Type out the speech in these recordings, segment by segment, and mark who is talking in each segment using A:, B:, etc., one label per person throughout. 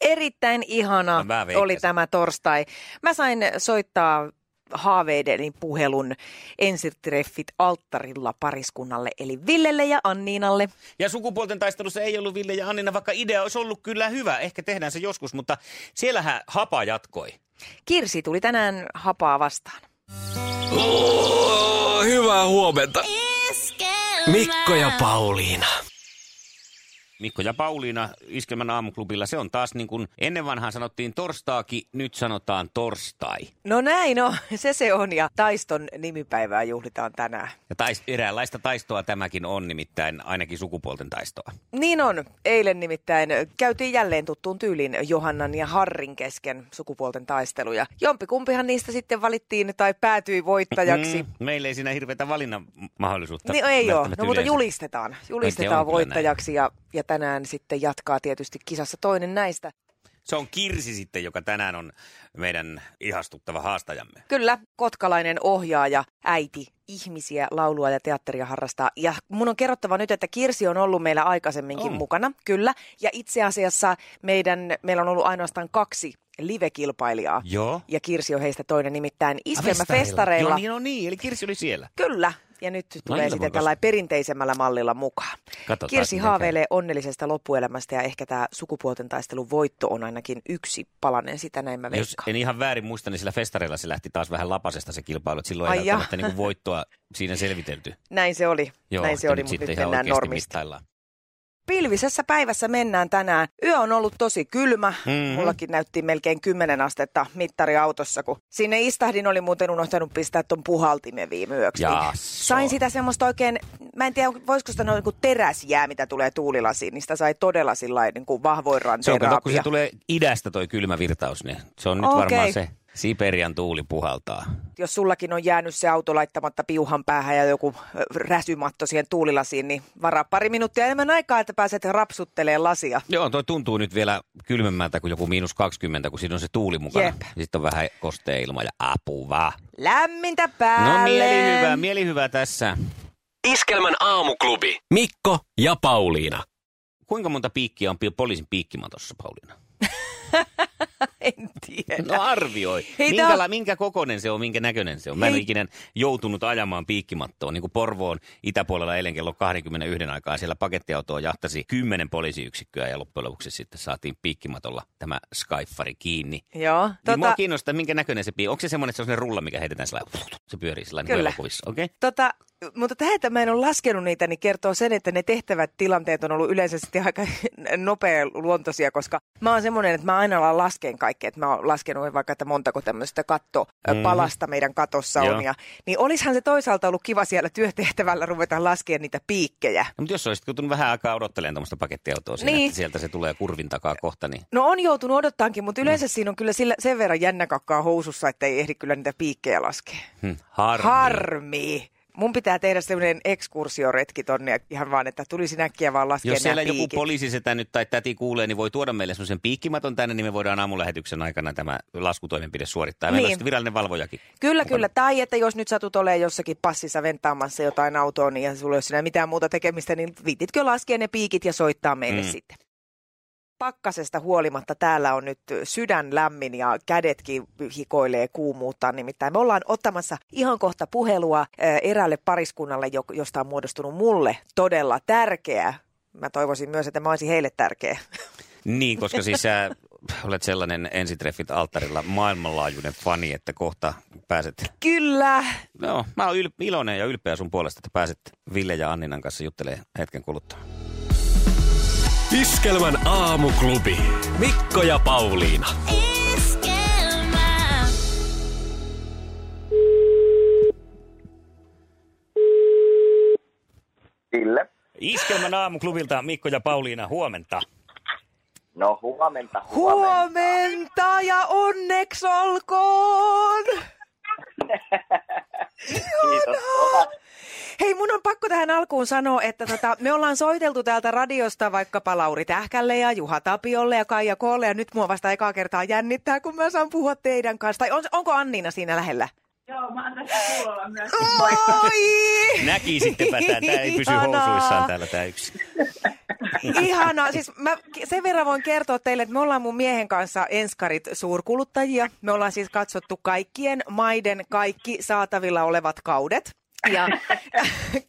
A: Erittäin ihana
B: No mä veikkasin.
A: oli tämä torstai. Mä sain soittaa haaveideni puhelun ensitreffit alttarilla pariskunnalle, eli Villelle ja Anniinalle.
B: Ja sukupuolten taistelussa ei ollut Ville ja Annina, vaikka idea olisi ollut kyllä hyvä. Ehkä tehdään se joskus, mutta siellähän hapa jatkoi.
A: Kirsi tuli tänään hapaa vastaan.
C: Hyvää huomenta. Mikko ja Pauliina.
B: Mikko ja Pauliina Iskelmän aamuklubilla, se on taas niin kuin ennen vanhaan sanottiin torstaakin, nyt sanotaan torstai.
A: No näin, no se se on ja taiston nimipäivää juhlitaan tänään.
B: Ja taist, eräänlaista taistoa tämäkin on, nimittäin ainakin sukupuolten taistoa.
A: Niin on. Eilen nimittäin käytiin jälleen tuttuun tyylin Johannan ja Harrin kesken sukupuolten taisteluja. Jompikumpihan niistä sitten valittiin tai päätyi voittajaksi.
B: Mm, meillä ei siinä hirveätä valinnan mahdollisuutta.
A: Niin ei ole.
B: välttämättä
A: No mutta
B: yleensä.
A: julistetaan. Julistetaan
B: on kyllä
A: voittajaksi ja, ja tänään sitten jatkaa tietysti kisassa toinen näistä.
B: Se on Kirsi sitten, joka tänään on meidän ihastuttava haastajamme.
A: Kyllä, kotkalainen ohjaaja, äiti, ihmisiä, laulua ja teatteria harrastaa. Ja mun on kerrottava nyt, että Kirsi on ollut meillä aikaisemminkin
B: On.
A: mukana, kyllä. Ja itse asiassa meidän, meillä on ollut ainoastaan kaksi live-kilpailijaa.
B: Joo.
A: Ja Kirsi on heistä toinen nimittäin
B: Joo,
A: iskelmäfestareilla.
B: niin, Ah, no niin, eli Kirsi oli siellä.
A: Kyllä. Ja nyt tulee
B: ilman
A: sitten
B: koska-
A: tällä perinteisemmällä mallilla mukaan.
B: Katsotaan,
A: Kirsi
B: miten käy.
A: haaveilee onnellisesta loppuelämästä ja ehkä tämä sukupuolten taistelun voitto on ainakin yksi palanen sitä, näin mä
B: Jos
A: veikkaan.
B: en ihan väärin muista, niin sillä festareilla se lähti taas vähän lapasesta se kilpailu. että Silloin
A: Ai
B: ei
A: jaa.
B: välttämättä niin voittoa siinä selvitelty.
A: Näin se oli,
B: Joo,
A: näin se
B: että
A: oli,
B: nyt
A: mutta
B: sitten
A: nyt
B: ihan
A: mennään
B: oikeasti
A: normista.
B: mittaillaan.
A: Pilvisessä päivässä mennään tänään. Yö on ollut tosi kylmä.
B: Mhm.
A: Mm-hmm. Mullakin näytti melkein 10 astetta mittariautossa, kun sinne istahdin oli muuten unohtanut pistää ton puhaltimen viime yöksi. niin
B: Jasso.
A: Sain sitä semmoista oikein, mä en tiedä, voisiko sitä noin kuin teräsjää, mitä tulee tuulilasiin, niin sitä sai todella sillä niin kuin vahvoin
B: Se on,
A: ranteen
B: kato, kun se
A: raapia.
B: tulee idästä toi kylmä virtaus, niin se on nyt
A: Okei.
B: varmaan se Siperian tuuli puhaltaa.
A: Jos sullakin on jäänyt se auto laittamatta piuhan päähän ja joku ö, räsymatto siihen tuulilasiin, niin varaa pari minuuttia enemmän aikaa, että pääset rapsutteleen lasia.
B: Joo, toi tuntuu nyt vielä kylmemmältä kuin joku miinus 20, kun siinä on se tuuli mukana.
A: Jep.
B: Ja Sitten on vähän kostea ilma ja apuvaa.
A: Lämmintä
B: No
A: päälle!
B: mieli hyvää, mieli hyvää tässä.
C: Iskelmän aamuklubi. Mikko ja Pauliina.
B: Kuinka monta piikkiä on pi- poliisin piikkimatossa, Pauliina?
A: En tiedä.
B: No arvioi.
A: Hei,
B: minkä,
A: tää-
B: la- minkä kokoinen se on, minkä näköinen se on? Mä en
A: Hei.
B: ole ikinä joutunut ajamaan piikkimattoon. Niin kuin Porvoon itäpuolella eilen kello 21 aikaa siellä pakettiautoa jahtasi 10 poliisiyksikköä ja loppujen lopuksi sitten saatiin piikkimatolla tämä skyfari kiinni.
A: Joo.
B: Tota... Niin mua
A: Tota,
B: kiinnostaa, minkä näköinen se piikki. Onko se semmoinen, että se on semmoinen rulla, mikä heitetään sillä lailla- se pyörii sillä niin
A: Kyllä.
B: elokuvissa, okei? Okay?
A: tota, mutta tähän, että mä en ole laskenut niitä, niin kertoo sen, että ne tehtävät tilanteet on ollut yleensä sitten aika nopea luontoisia, koska mä oon semmoinen, että mä aina alan laskeen kaikkea. Että mä oon laskenut vaikka, että montako tämmöistä katto
B: Mhm.
A: mm. palasta meidän katossa
B: Joo.
A: on. Ja, niin olisihan se toisaalta ollut kiva siellä työtehtävällä ruveta laskemaan niitä piikkejä.
B: No, mutta jos olisit joutunut vähän aikaa odottelemaan tuommoista pakettiautoa siinä,
A: Niin.
B: että sieltä se tulee kurvin takaa kohta, niin
A: No on joutunut odottaankin, mutta
B: Mm.
A: yleensä siinä on kyllä sillä, sen verran jännäkakkaa housussa, että ei ehdi kyllä niitä piikkejä laskea.
B: hm, harmi.
A: Harmi. Mun pitää tehdä semmoinen ekskursioretki tonne ihan vaan, että tulisi äkkiä vaan laskea
B: Jos siellä
A: nämä
B: joku
A: piikit.
B: poliisi sitä nyt tai täti kuulee, niin voi tuoda meille semmoisen piikkimaton tänne, niin me voidaan aamulähetyksen aikana tämä laskutoimenpide suorittaa. Ja Meillä on
A: Niin.
B: sitten virallinen valvojakin.
A: Kyllä, kyllä. Tai että jos nyt satut olemaan jossakin passissa venttaamassa jotain autoa, niin ja sulla ei ole siinä mitään muuta tekemistä, niin viititkö laskea ne piikit ja soittaa meille
B: Mm.
A: mm. sitten. Pakkasesta huolimatta täällä on nyt sydän lämmin ja kädetkin hikoilee kuumuuttaan. Nimittäin me ollaan ottamassa ihan kohta puhelua eh, eräälle pariskunnalle, jo- josta on muodostunut mulle todella tärkeä. Mä toivoisin myös, että mä olisin heille tärkeä.
B: Niin, koska siis sä olet sellainen ensitreffit alttarilla maailmanlaajuinen fani, että kohta pääset.
A: Kyllä.
B: No, mä oon yl- iloinen ja ylpeä sun puolesta, että pääset Ville ja Anninan kanssa juttelee hetken kuluttua.
C: Iskelmän aamuklubi. Mikko ja Pauliina.
D: Ville.
B: Iskelmän aamuklubilta Mikko ja Pauliina, huomenta.
D: No huomenta, huomenta.
A: Huomenta ja onneksi olkoon!
D: Kiitos kovasti.
A: Hei, mun on pakko tähän alkuun sanoa, että tota, me ollaan soiteltu täältä radiosta vaikkapa Lauri Tähkälle ja Juha Tapiolle ja Kaija Koolle ja nyt mua vasta ekaa kertaa jännittää, kun mä saan puhua teidän kanssa. Tai on, onko Anniina siinä lähellä?
E: Joo, mä oon tässä kuulolla myös.
A: Oi!
B: Näki sittenpä tämä, tämä ei pysy
A: Ihanaa.
B: housuissaan täällä tämä yksi.
A: Ihanaa. Siis mä sen verran voin kertoa teille, että me ollaan mun miehen kanssa enskarit suurkuluttajia. Me ollaan siis katsottu kaikkien maiden kaikki saatavilla olevat kaudet. Ja,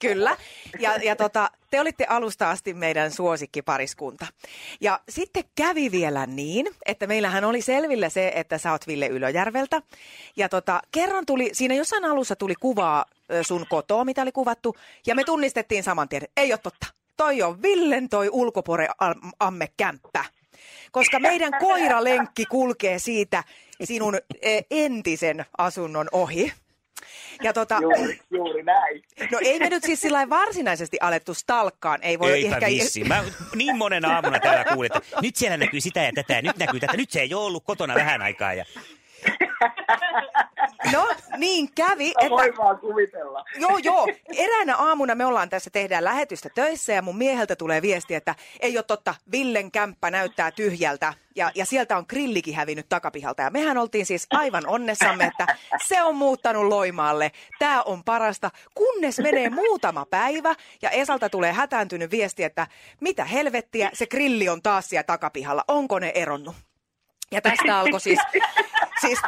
A: kyllä. Ja, ja tota, te olitte alusta asti meidän suosikkipariskunta. Ja sitten kävi vielä niin, että meillähän oli selvillä se, että sä oot Ville Ylöjärveltä. Ja tota, kerran tuli, siinä jossain alussa tuli kuvaa ö, sun kotoa, mitä oli kuvattu. Ja me tunnistettiin saman tien, ei ole totta toi on Villen toi ulkoporeammekämppä. Koska meidän koiralenkki kulkee siitä sinun eh, entisen asunnon ohi. Ja tota,
D: Juuri, juuri näin.
A: no ei me nyt siis sillä lailla varsinaisesti alettu stalkkaan. Ei voi
B: Eipä
A: ehkä...
B: vissiin. Mä niin monen aamuna täällä kuulin, että nyt siellä näkyy sitä ja tätä, ja nyt näkyy tätä, nyt se ei ole ollut kotona vähän aikaa. Ja...
A: No niin kävi,
D: Mä
A: että
D: voin vaan kuvitella.
A: Joo, joo. Eräänä aamuna me ollaan tässä, tehdään lähetystä töissä ja mun mieheltä tulee viesti, että ei ole totta, Villen kämppä näyttää tyhjältä ja, ja sieltä on grillikin hävinnyt takapihalta. Ja mehän oltiin siis aivan onnessamme, että se on muuttanut Loimaalle. Tämä on parasta, kunnes menee muutama päivä ja Esalta tulee hätääntynyt viesti, että mitä helvettiä, se grilli on taas siellä takapihalla. Onko ne eronnut? Ja tästä alkoi siis... siis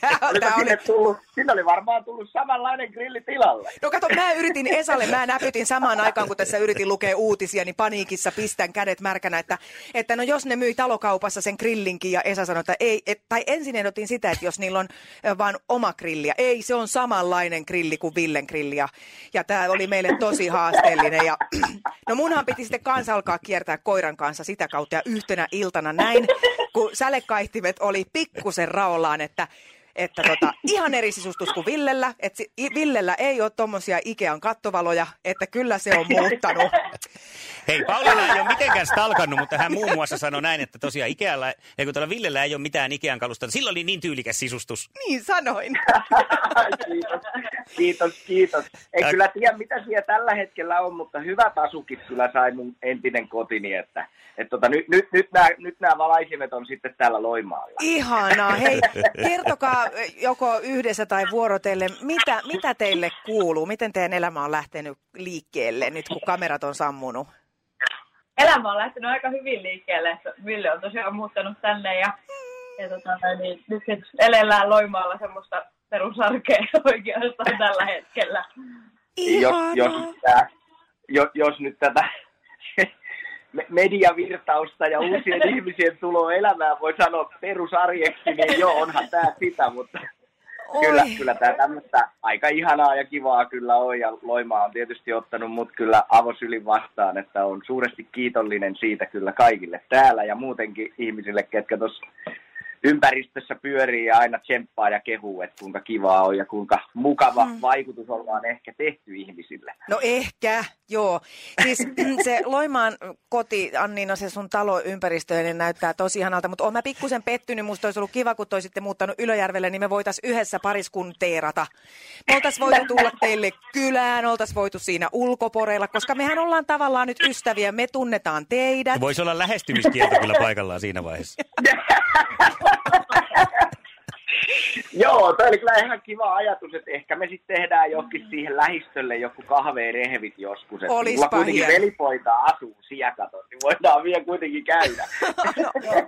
A: tämä,
D: Oliko sinne tullut, sinne oli varmaan tullut samanlainen grilli tilalle.
A: No kato, mä yritin Esalle, mä näpytin samaan aikaan, kun tässä yritin lukea uutisia, niin paniikissa pistän kädet märkänä, että, että no jos ne myi talokaupassa sen grillinkin ja Esa sanoi, että ei, et, tai ensin ehdotin sitä, että jos niillä on ö, vaan oma grilli, ja ei, se on samanlainen grilli kuin Villen grilli, ja, ja tämä oli meille tosi haasteellinen, ja no munhan piti sitten kanssa alkaa kiertää koiran kanssa sitä kautta, ja yhtenä iltana näin, kun sälekaihtimet oli pikkusen raollaan, että että tota, ihan eri sisustus kuin Villellä. Että si- i- Villellä ei ole tommosia Ikean kattovaloja, että kyllä se on muuttanut.
B: Hei, Pauliina ei ole mitenkään stalkannut, mutta hän muun muassa sanoi näin, että tosiaan Ikealla, ei kun tällä Villellä ei ole mitään Ikean kalusta. Sillä oli niin tyylikäs sisustus.
A: Niin sanoin.
D: kiitos, kiitos, kiitos. En
B: Ä-
D: kyllä tiedä, mitä siellä tällä hetkellä on, mutta hyvät asukit kyllä sai mun entinen kotini. Että, että tota, nyt, nyt, nyt, nämä, nyt nämä valaisimet on sitten täällä Loimaalla.
A: Ihanaa. Hei, kertokaa ö, joko yhdessä tai vuorotellen, mitä, mitä teille kuuluu? Miten teidän elämä on lähtenyt liikkeelle nyt, kun kamerat on sammunut?
E: Elämä on lähtenyt aika hyvin liikkeelle, että Ville on tosiaan muuttanut tänne ja, ja tota, noin, niin, nyt sit elellään Loimaalla semmoista perusarkea oikeastaan tällä hetkellä.
D: jos,
A: Ihanaa.
D: jos, tää, jos, jos nyt tätä me- mediavirtausta ja uusien ihmisien tuloa elämään voi sanoa perusarjeksi, niin joo, onhan tämä sitä, mutta
A: Oi.
D: kyllä, kyllä tämä tämmöistä aika ihanaa ja kivaa kyllä on, ja Loima on tietysti ottanut mut kyllä avosylin vastaan, että on suuresti kiitollinen siitä kyllä kaikille täällä ja muutenkin ihmisille, ketkä tuossa ympäristössä pyörii ja aina tsemppaa ja kehuu, että kuinka kivaa on ja kuinka mukava mm. vaikutus ollaan ehkä tehty ihmisille.
A: No ehkä, joo. Siis se Loimaan koti, Anniina, se sun taloympäristö, niin näyttää tosi ihanalta, mutta oon mä pikkusen pettynyt, musta olisi ollut kiva, kun toi sitten muuttanut Ylöjärvelle, niin me voitais yhdessä pariskunteerata. Me oltais voitu tulla teille kylään, oltais voitu siinä ulkoporeilla, koska mehän ollaan tavallaan nyt ystäviä, me tunnetaan teidät.
B: Voisi olla lähestymiskielto kyllä paikallaan siinä vaiheessa.
D: Joo, toi oli kyllä ihan kiva ajatus, että ehkä me sitten tehdään johonkin siihen lähistölle joku kahveerehvit joskus. että
A: Mm. Olispa
D: Mulla kuitenkin
A: hieno.
D: velipoita asuu siellä katon, niin voidaan vielä kuitenkin käydä.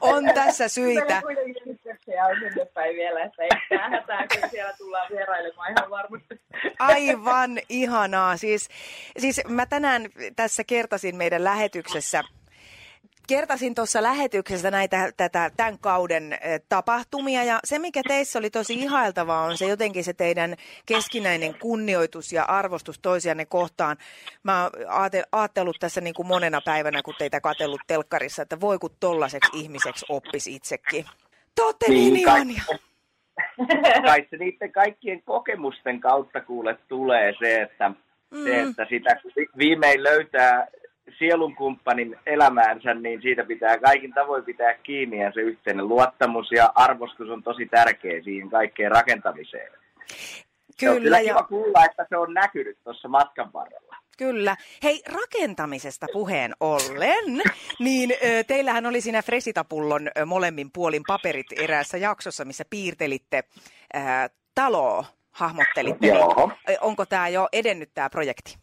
A: On tässä syitä.
E: Meillä kuitenkin yrityksiä on sinne päin vielä, että ei mitään hätää, kun siellä tullaan vierailemaan ihan varmasti.
A: Aivan ihanaa. Siis, siis mä tänään tässä kertasin meidän lähetyksessä Kertasin tuossa lähetyksessä näitä tätä, tämän kauden eh, tapahtumia ja se mikä teissä oli tosi ihailtavaa on se jotenkin se teidän keskinäinen kunnioitus ja arvostus toisianne kohtaan. Mä oon aate- ajatellut tässä niin kuin monena päivänä, kun teitä katsellut telkkarissa, että voi kun tollaseksi ihmiseksi oppis itsekin. Te ootte niin, niin
D: kai-
A: ihania.
D: kai se niiden kaikkien
A: Mm.
D: kokemusten kautta kuule tulee se, että, se, että sitä vi- viimein löytää sielunkumppanin elämäänsä, niin siitä pitää kaikin tavoin pitää kiinni ja se yhteinen luottamus ja arvostus on tosi tärkeä siihen kaikkeen rakentamiseen. se on
A: Kyllä,
D: kyllä
A: ja,
D: kiva kuulla, että se on näkynyt tuossa matkan varrella.
A: kyllä. Hei, rakentamisesta puheen ollen, niin ö, teillähän oli siinä Fresitapullon ö, molemmin puolin paperit eräässä jaksossa, missä piirtelitte ö, taloa, hahmottelitte. niin,
D: Joo.
A: ö, Onko tämä jo edennyt tämä projekti?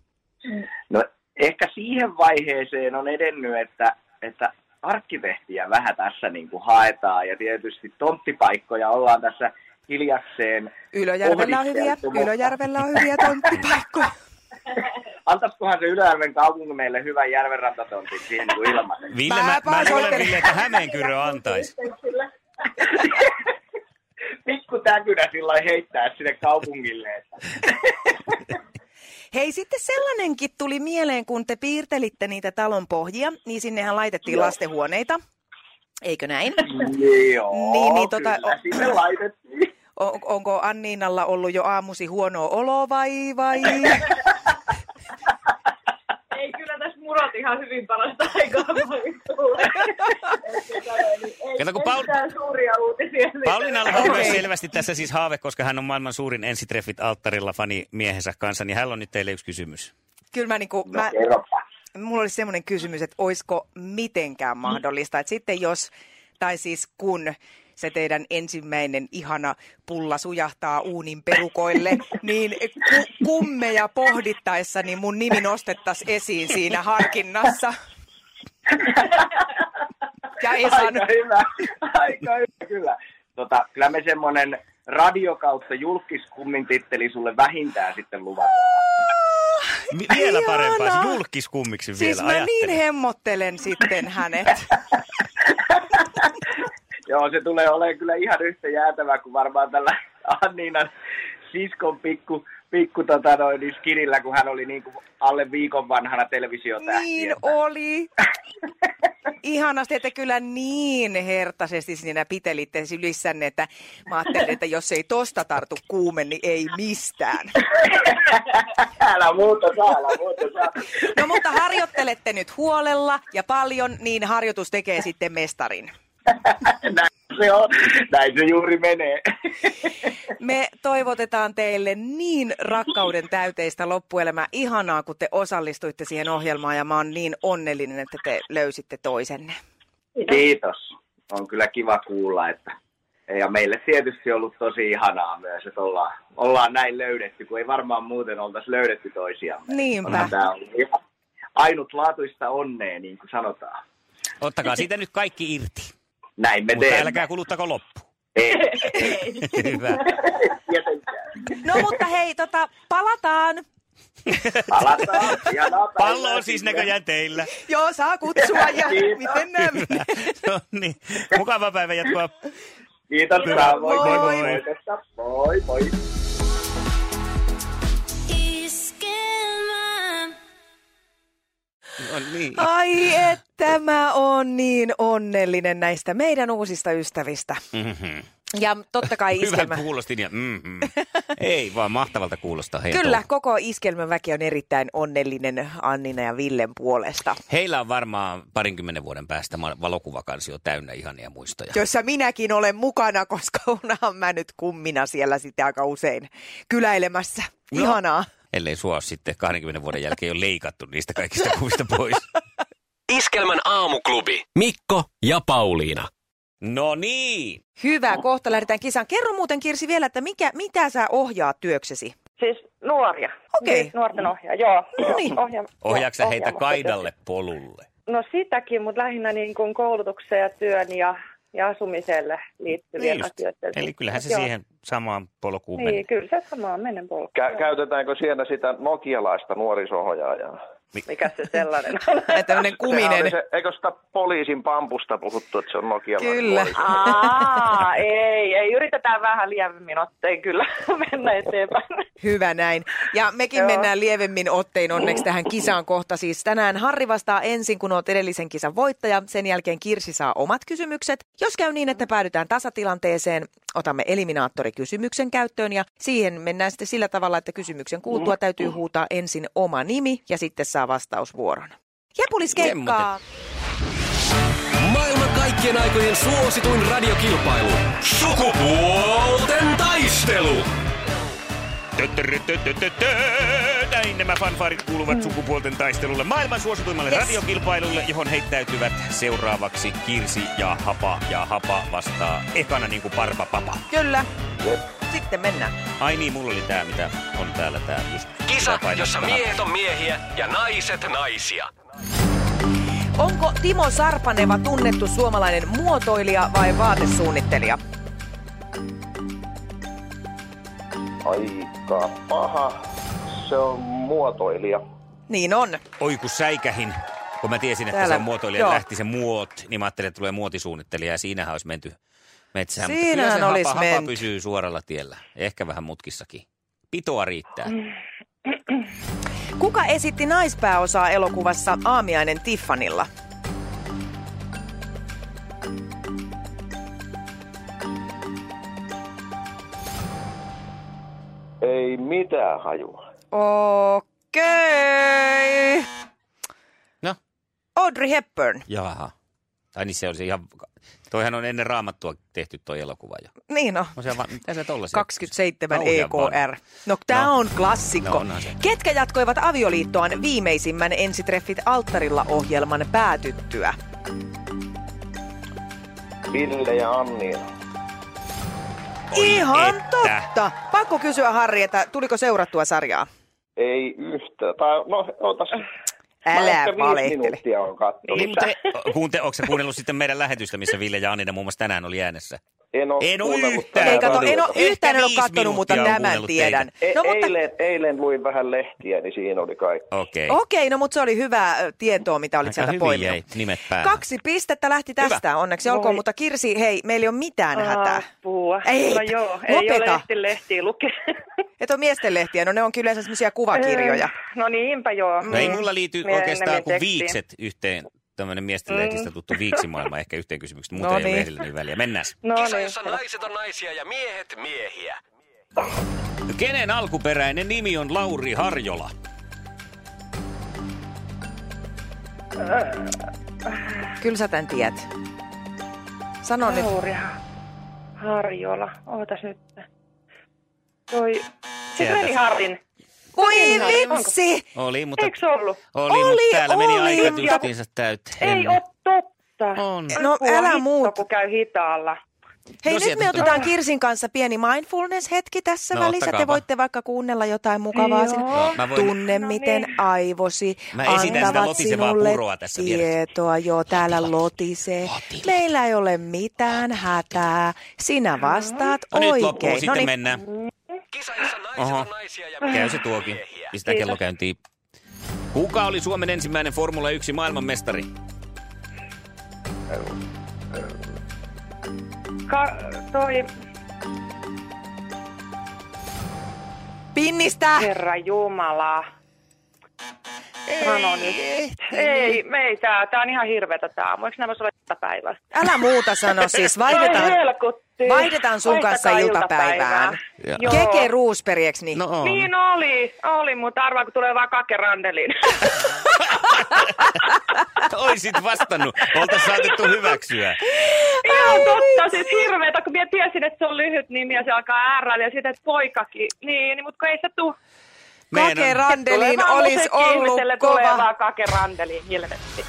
D: No, ehkä siihen vaiheeseen on edennyt, että, että arkkitehtiä vähän tässä niin kuin haetaan ja tietysti tonttipaikkoja ollaan tässä hiljakseen.
A: Ylöjärvellä on hyviä,
D: pohdiskeltu, mutta-
A: Ylöjärvellä on hyviä tonttipaikkoja.
D: Antaisikohan se Ylöjärven kaupunki meille hyvän järvenrantatontin siihen niin kuin ilmaisen?
B: Ville, mä, mä
A: pahoittelen.
B: luulen, Ville, että Hämeenkyrö antaisi.
D: Pikku täkynä sillä lailla heittää sinne kaupungille, että
A: Hei, sitten sellainenkin tuli mieleen, kun te piirtelitte niitä talon pohjia, niin sinnehän laitettiin
D: Joo.
A: lastenhuoneita. Eikö näin?
D: joo,
A: Niin,
D: niin,
A: niin,
D: niin,
A: tota,
D: kyllä
A: o-
D: sinne laitettiin.
A: On, onko Anniinalla ollut jo aamusi huono olo vai, vai?
E: Ei kyllä tässä murot ihan hyvin parasta aikaa voi tulla. Että tota noin, niin ei-
B: Kato, kun
E: ei
B: Paul-
E: mitään suuria uutisia.
B: Pauliinalla on
A: Okei.
B: myös selvästi tässä siis haave, koska hän on maailman suurin ensitreffit alttarilla fani miehensä kanssa, niin hän on nyt teille yksi kysymys.
A: Kyllä mä, niinku,
D: No,
A: mä,
D: kerropa.
A: mulla olisi semmoinen kysymys, että olisiko mitenkään mahdollista, että sitten jos, tai siis kun se teidän ensimmäinen ihana pulla sujahtaa uunin perukoille, niin ku, kummeja pohdittaessa, niin mun nimi nostettaisiin esiin siinä harkinnassa. Ja ei
D: Aika
A: saanut,
D: hyvä, aika hyvä, kyllä. Tota, kyllä me semmoinen radio kautta julkiskummin titteli sulle vähintään sitten luvataan.
B: Mi- vielä
A: Ihanaa.
B: parempaa, se julkiskummiksi
A: siis
B: vielä
A: mä niin
B: ajattelin.
A: hemmottelen sitten hänet.
D: Joo, se tulee olemaan kyllä ihan yhtä jäätävää kuin varmaan tällä Anniinan siskon pikku, pikku tota noin, niin skinillä, kun hän oli niin kuin alle viikon vanhana televisiotähti.
A: Niin
D: Että-
A: oli. Ihanasti, että kyllä niin hertaisesti sinä pitelitte sylissänne, että mä ajattelin, että jos ei tosta tartu kuume, niin ei mistään.
D: Älä muuta saa, älä muuta saa.
A: No mutta harjoittelette nyt huolella ja paljon, niin harjoitus tekee sitten mestarin.
D: Näin se on. Näin se juuri menee.
A: Me toivotetaan teille niin rakkauden täyteistä loppuelämää. Ihanaa, kun te osallistuitte siihen ohjelmaan ja mä oon niin onnellinen, että te löysitte toisenne.
D: Kiitos. On kyllä kiva kuulla, että ja meille tietysti ollut tosi ihanaa myös, että ollaan, ollaan näin löydetty, kun ei varmaan muuten oltaisi löydetty toisiamme.
A: Niinpä.
D: Onhan Tämä on ihan ainutlaatuista onnea, niin kuin sanotaan.
B: Ottakaa siitä nyt kaikki irti,
D: Näin me
B: mutta
D: teemme.
B: älkää kuluttako loppu.
D: Ei,
B: Hyvä.
D: tietenkään.
A: No mutta hei, tota, palataan.
D: Palataan. Ihanaa
B: Pallo
D: päivää
B: on siis
D: sinne.
B: näköjään teillä.
A: Joo, saa kutsua ja
D: Kiitos.
A: miten nämä menee.
B: No niin, mukava päivä jatkoa.
D: Kiitos. Moi
A: Moi,
D: moi.
A: moi.
D: Moi moi. moi.
F: Iskelmä.
B: No niin.
A: Ai että mä oon niin onnellinen näistä meidän uusista ystävistä.
B: Mhm.
A: Ja totta kai
B: Hyvän
A: iskelmä.
B: kuulostin ja mm Ei vaan mahtavalta kuulostaa heidän
A: Kyllä,
B: touhu.
A: koko iskelmän väki on erittäin onnellinen Annina ja Villen puolesta,
B: Heillä on varmaan parinkymmenen vuoden päästä ma- valokuvakansio täynnä ihania muistoja.
A: jossa minäkin olen mukana, koska onhan mä nyt kummina siellä sitten aika usein kyläilemässä.
B: No.
A: Ihanaa.
B: Ellei sua ole sitten 20 vuoden jälkeen jo leikattu niistä kaikista kuvista pois.
C: Iskelmän aamuklubi. Mikko ja Pauliina.
B: No niin.
A: Hyvä, kohta lähdetään kisaan. Kerro muuten Kirsi vielä, että mikä, mitä sä ohjaat työksesi?
G: Siis nuoria.
A: Okei.
G: Siis nuorten ohjaa, joo.
A: No niin.
G: Ohja-
B: Ohjaatko sä
G: joo,
B: heitä
G: ohjaamassa
B: kaidalle polulle?
G: työtä. No sitäkin, mutta lähinnä niin kuin koulutukseen ja työn ja, ja asumiselle liittyvien
B: Niin just.
G: asioiden.
B: Eli kyllähän se
G: Joo.
B: siihen samaan polkuun menee.
G: Niin, kyllä se sama on menen polku.
H: Kä- käytetäänkö siellä sitä nokialaista nuorisohjaajaa?
G: Mikä se sellainen on?
A: Tämmöinen
H: Sehän oli
A: kuminen.
H: Se, eikö sitä poliisin pampusta puhuttu, että se on nokialainen
A: Kyllä.
H: nuoriso-
G: Aa, ei, ei, yritetään vähän lievemmin otteen kyllä mennä eteenpäin.
A: Hyvä näin. Ja mekin
G: Joo.
A: mennään lievemmin ottein onneksi tähän kisaan kohta. Siis tänään Harri vastaa ensin, kun olet edellisen kisan voittaja. Sen jälkeen Kirsi saa omat kysymykset. Jos käy niin, että päädytään tasatilanteeseen, otamme eliminaattorikysymyksen käyttöön. Ja siihen mennään sitten sillä tavalla, että kysymyksen kuultua täytyy huutaa ensin oma nimi ja sitten saa vastausvuoron. Jepuliskeikkaa.
C: Maailman kaikkien aikojen suosituin radiokilpailu. Sukupuolten taistelu.
B: Näin nämä fanfaarit kuuluvat sukupuolten taistelulle maailman suosituimmalle
A: Mm. Yes.
B: radiokilpailulle, johon heittäytyvät seuraavaksi Kirsi ja Hapa. Ja Hapa vastaa ekana niin kuin Parva Papa.
A: Kyllä. Sitten mennään.
B: Ai niin, mulla oli tää, mitä on täällä tää just.
C: Kisa,
B: tää painaa
C: jossa
B: tähän.
C: miehet on miehiä ja naiset naisia.
A: Onko Timo Sarpaneva tunnettu suomalainen muotoilija vai vaatesuunnittelija?
H: Aika paha. Se on muotoilija.
A: Niin on.
B: Oi kun säikähin. Kun mä tiesin, että
A: Täällä.
B: se on muotoilija,
A: Joo.
B: lähti se muot, niin mä ajattelin, että tulee muotisuunnittelija ja siinähän olisi menty metsään. Mutta
A: Siinähän
B: kyllä se
A: olisi
B: hapa, hapa
A: menty.
B: pysyy suoralla tiellä. Ehkä vähän mutkissakin. Pitoa riittää.
A: Mm. Kuka esitti naispääosaa elokuvassa Aamiainen Tiffanilla?
H: Ei mitään hajua.
A: Okei.
B: No.
A: Audrey Hepburn.
B: Jaha. Tai niin se olisi ihan... Toihan on ennen raamattua tehty toi elokuva jo.
A: Niin on.
B: On se vaan, mitä No se tollasia?
A: 27
B: Kauhean
A: EKR.
B: vanha.
A: No tämä
B: No.
A: on klassikko.
B: No, onhan se.
A: Ketkä jatkoivat avioliittoaan viimeisimmän Ensitreffit alttarilla ohjelman päätyttyä?
H: Ville ja Anniina.
B: Oi
A: Ihan
B: että.
A: totta. Pakko kysyä Harri, että tuliko seurattua sarjaa?
H: Ei yhtään. Tai no, ootas. Mä
A: Älä
H: ehkä viisi
A: valehtele.
H: minuuttia on kattonut.
B: Niin, mutta he, kuunte, onko se kuunnellut sitten meidän lähetystä, missä Ville ja Anina muun muassa tänään oli äänessä?
H: En ole
B: En oo
H: kuunnellut
B: yhtään.
H: tätä
A: Ei, kato, en
H: radiota.
A: ole yhtään en ole
B: viisi
A: kattonut, mutta
B: minuuttia on
A: tämän
B: kuunnellut teitä.
A: tiedän.
H: E-
A: No, mutta,
H: eilen, eilen luin vähän lehtiä, niin siinä oli kaikki.
B: Okei.
A: okei, no mutta se oli hyvää ö, tietoa, mitä olit
B: Aika
A: sieltä
B: hyvin jäi
A: poiminut.
B: nimet päähän.
A: Kaksi pistettä lähti tästä, onneksi olkoon, mutta Kirsi, hei, meillä ei ole mitään hätää.
G: Apua.
A: Ei,
G: no joo, ei ole
A: lopeta.
G: lehti lehtiä lukea.
A: Et on miesten lehtiä, no ne on kyllä yleensä semmoisia kuvakirjoja.
G: No niinpä joo.
B: No ei mulla liity
G: Mielelläni
B: oikeastaan kuin
G: tekstiin.
B: viikset yhteen, tämmöinen miesten lehdistä tuttu viiksimaailma ehkä yhteen kysymykseen. Muuten
A: Mm. No
B: ei ole
A: niin.
B: lehdillä niin väliä. Mennään.
G: No
C: Kisa,
G: niin.
C: jossa naiset on naisia ja miehet miehiä.
B: Kenen alkuperäinen nimi on Lauri Harjola?
A: Kyllä sä tän tiedät. Sano nyt.
G: Lauri Harjola. Ootas nyt. Toi... Siis
B: Sieltä.
G: meni Harrin.
A: Voi
G: Onko?
A: vitsi!
B: Oli, mutta,
G: Eikö se ollut?
B: oli, mutta
A: Oli,
B: täällä meni
A: oli.
B: aika justiinsa täyteen.
G: Ei ole totta.
B: On.
A: No,
G: Apua,
A: älä
G: hitto,
A: muuta.
G: kun käy hitaalla.
A: Hei,
B: No
A: no, nyt
B: sieltä
A: me
B: tuli.
A: otetaan Kirsin kanssa pieni mindfulness-hetki tässä
B: No,
A: välissä.
B: ottakaapa.
A: Te voitte vaikka kuunnella jotain mukavaa.
G: Joo.
A: sinne.
G: Joo,
B: mä voin-
A: Tunne,
G: No
A: miten
G: niin.
A: aivosi
B: Mä esitän sitä
A: antavat
B: lotisevaa
A: sinulle
B: puroa tässä vieressä.
A: tietoa. Joo, täällä lotisee. Meillä ei ole mitään hätää. Sinä
G: Mm-hmm.
A: vastaat
B: No nyt loppuu,
A: oikein. niin,
B: sitten
A: Noniin.
B: mennään.
C: Kisa, jossa naiset
B: Oho.
C: on naisia ja
B: Käy se tuokin. Pistää
G: Kiitos.
B: kello käyntiin. Kuka oli Suomen ensimmäinen Formula 1 maailmanmestari?
G: Ka- toi
A: Pinnistä!
G: Herra Jumala. Sano nyt. Ei, me ei tää. Tää on ihan hirveetä tää aamu. Eikö nämä voisi olla iltapäivä?
A: Älä muuta sano siis. Vaihdetaan,
G: Ai helkutti.
A: vaihdetaan sun
G: Vaihtakaa
A: kanssa iltapäivään.
B: Joo.
G: Joo.
A: Keke Ruusperieksi niin?
B: No on.
G: Niin oli, oli, mutta arvaa kun tulee vaan kake randelin.
B: Oisit vastannut. Oltais saatettu hyväksyä.
G: Ihan totta, siis hirveetä, kun minä tiesin, että se on lyhyt nimi ja se alkaa R ja sitten että poikakin. Niin, niin, mutta kun ei se tuu.
B: Meidän
A: Kake
B: on-
A: Randelin
G: Tulee vaan
A: olisi
G: musiikki
A: ollut
G: ihmiselle, Tulee
A: kova.
G: vaan kake randelin, hilvetti.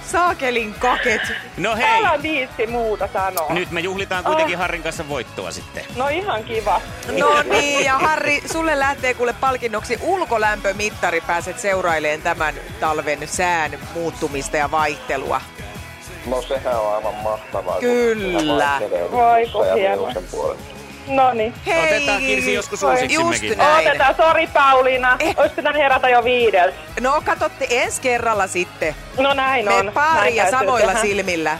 A: Saakelin kaket.
B: No hei,
G: Älä viitti muuta sanoa.
B: nyt me juhlitaan
H: Oh.
B: kuitenkin Harrin kanssa voittoa sitten.
G: No ihan kiva.
A: No niin, ja Harri, sulle lähtee kuule palkinnoksi ulkolämpömittari. Pääset seuraileen tämän talven sään muuttumista ja vaihtelua.
H: No sehän on aivan mahtavaa. kun
A: Kyllä.
H: sitä vaihtelee
G: Voi, kun
H: ja
G: hienoa.
H: miusen puolesta.
G: No niin.
A: Hei!
B: Otetaan Kirsi joskus uusiksi
A: Just
B: mekin.
A: näin.
G: Otetaan, sori Pauliina.
A: Eh.
G: Ois pitänyt herätä jo viideltä.
A: No katsotte ensi kerralla sitten.
G: No näin
A: Me
G: on.
A: paari
G: Näin
A: ja
G: täytyy
A: samoilla
G: tehdä.
A: silmillä.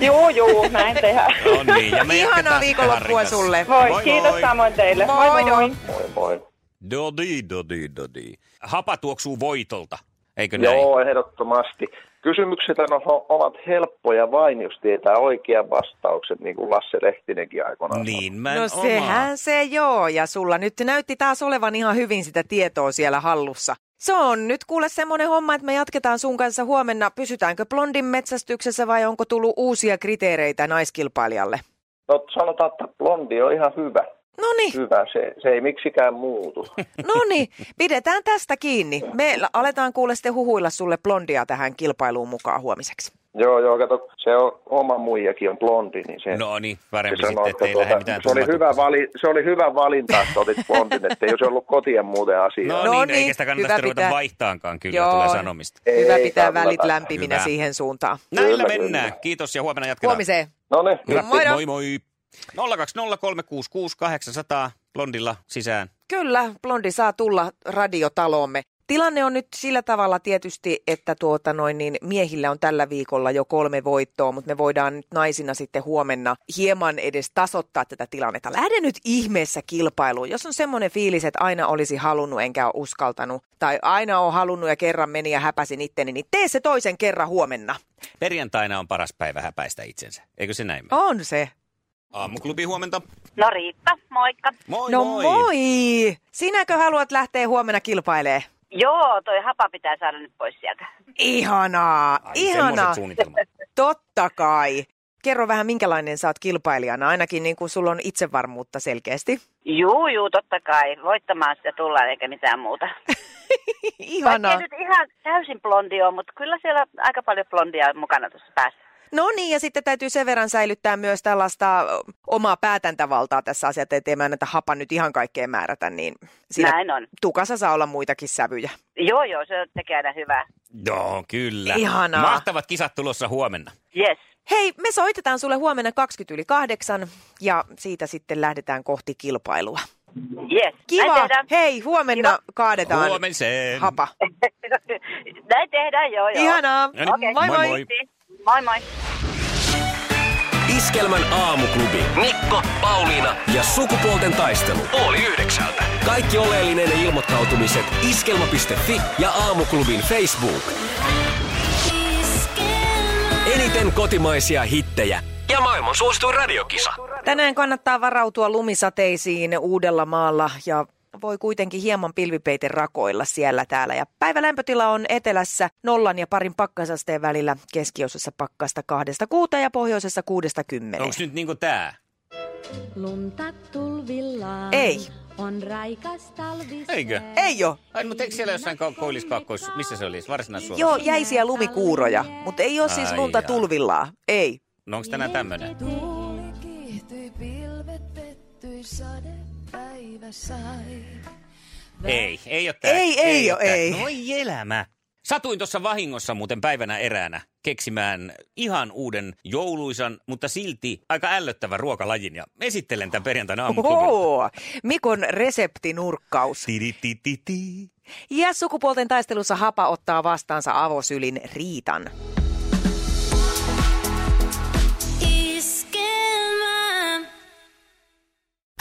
G: Juu, juu, näin tehdään.
B: No niin, ja me jatketaan
A: Ihanaa
B: sitten Harrin
A: viikonloppua
B: kanssa.
A: sulle.
G: Voi,
B: Moi,
G: kiitos
B: moi.
G: samoin teille.
A: Moi,
G: moi.
A: moi.
G: moi.
H: Moi moi.
B: Dodi, dodi, dodi. Hapa tuoksuu voitolta, eikö näin?
H: Joo, ehdottomasti. Kysymykset on, o- ovat helppoja vain, jos tietää oikean vastauksen, niin kuin Lasse Lehtinenkin aikoinaan. sanoi.
B: Niin mä
A: No
B: omaa.
A: sehän se joo, ja sulla nyt näytti taas olevan ihan hyvin sitä tietoa siellä hallussa. Se on nyt kuule semmoinen homma, että me jatketaan sun kanssa huomenna. Pysytäänkö blondin metsästyksessä vai onko tullut uusia kriteereitä naiskilpailijalle?
H: No sanotaan, että blondi on ihan hyvä.
A: No niin,
H: Hyvä, se, se ei miksikään muutu.
A: no niin, pidetään tästä kiinni. Me aletaan kuule sitten huhuilla sulle blondia tähän kilpailuun mukaan huomiseksi.
H: joo, joo, kato, se on oma muijakin on blondi, niin se...
B: No niin, parempi
H: se,
B: sitten,
H: sanoo,
B: ettei
H: että
B: lähde
H: tuota,
B: mitään
H: se, oli hyvä
B: tummatuksesta.
H: vali, se oli hyvä valinta, että otit blondin, ettei olisi ollut kotien muuten asiaa.
B: No,
A: No
B: niin,
A: niin,
B: eikä sitä kannata
A: hyvä
B: sitä ruveta
A: pitää.
B: vaihtaankaan, kyllä
A: Joo.
B: tulee sanomista.
H: Ei
A: Hyvä pitää
H: kannata.
A: välit lämpiminä
B: Hyvä.
A: siihen suuntaan.
B: Näillä
H: Kyllä, kyllä.
B: mennään. Kiitos ja huomenna jatketaan.
A: Huomiseen.
H: No niin,
B: Hyvä.
A: Moido.
B: Moi moi. 020366800 Blondilla sisään.
A: Kyllä, blondi saa tulla radiotaloomme. Tilanne on nyt sillä tavalla tietysti, että tuota noin, niin miehillä on tällä viikolla jo kolme voittoa, mutta me voidaan nyt naisina sitten huomenna hieman edes tasoittaa tätä tilannetta. Lähde nyt ihmeessä kilpailuun, jos on semmoinen fiilis, että aina olisi halunnut enkä ole uskaltanut, tai aina on halunnut ja kerran meni ja häpäsin itteni, niin tee se toisen kerran huomenna.
B: Perjantaina on paras päivä häpäistä itsensä. Eikö se näin? mene?
A: On se.
B: Aamuklubi huomenta.
F: No Riitta, moikka.
B: Moi
A: No
B: moi.
A: moi! Sinäkö haluat lähteä huomenna kilpailemaan?
F: Joo, toi hapa pitää saada nyt pois sieltä.
A: Ihanaa,
B: Ai,
A: ihanaa.
B: semmoset suunnitelmat.
A: Totta kai. Kerro vähän, minkälainen sä oot kilpailijana, ainakin niin kuin sulla on itsevarmuutta selkeästi.
F: Juu, juu, totta kai. Voittamaan sitä tullaan eikä mitään muuta.
A: Ihanaa.
F: Vaikkei nyt ihan täysin blondi on, mutta kyllä siellä aika paljon blondia on mukana tuossa päässä.
A: No niin, ja sitten täytyy sen verran säilyttää myös tällaista ö, omaa päätäntävaltaa tässä asiassa, että ei mä näitä hapa nyt ihan kaikkea määrätä, niin siinä
F: Näin on.
A: tukassa saa olla muitakin sävyjä.
F: Joo, joo, se tekee aina hyvää.
B: Joo, kyllä.
A: Ihanaa.
B: Mahtavat kisat tulossa huomenna.
F: Yes.
A: Hei, me soitetaan sulle huomenna 20 yli 8 ja siitä sitten lähdetään kohti kilpailua.
F: Yes. Näin
A: Kiva!
F: tehdään.
A: Hei, huomenna
F: Kiva.
A: kaadetaan
B: Huomiseen.
A: hapa.
F: Näin tehdään, joo, joo.
A: Ihanaa!
B: No niin,
A: Moi
B: moi
A: moi!
B: moi.
F: Moi moi.
C: Iskelmän aamuklubi. Mikko, Pauliina ja sukupuolten taistelu. Oli yhdeksältä. Kaikki oleellinen ilmoittautumiset iskelma.fi ja aamuklubin Facebook. Eniten kotimaisia hittejä ja maailman suosituin radiokisa.
A: Tänään kannattaa varautua lumisateisiin uudella maalla ja voi kuitenkin hieman pilvipeiten rakoilla siellä täällä. Ja päivälämpötila on etelässä nollan ja parin pakkasasteen välillä, keskiosassa pakkasta kahdesta kuuta ja pohjoisessa kuudesta kymmeneen.
B: Onko nyt niinku tää?
I: Lunta tulvillaan
A: Ei.
I: on raikas talvi.
B: Eikö?
A: Ei ole.
B: Ai, no, mutta eikö siellä jossain ko- koilliskaakkois, missä se oli? Varsinais-Suomessa?
A: Joo, jäisiä lumikuuroja, mutta ei ole siis
B: Ai
A: lunta
B: jaa.
A: tulvillaan. Ei.
B: No onko tänään tämmönen?
I: Tuuli kiihtyi, pilvet pettyi, sade päivä sai.
B: Ei, ei ole tää.
A: Ei, ei oo,
B: oo tää.
A: ei.
B: Noi elämä. Satuin tuossa vahingossa muuten päivänä eräänä keksimään ihan uuden jouluisan, mutta silti aika ällöttävän ruokalajin ja esittelen tämän perjantaina aamuklubilla.
A: Oho, Mikon reseptinurkkaus.
B: Ti, ti, ti, ti.
A: Ja sukupuolten taistelussa hapa ottaa vastaansa avosylin riitan.
I: Iskelmään.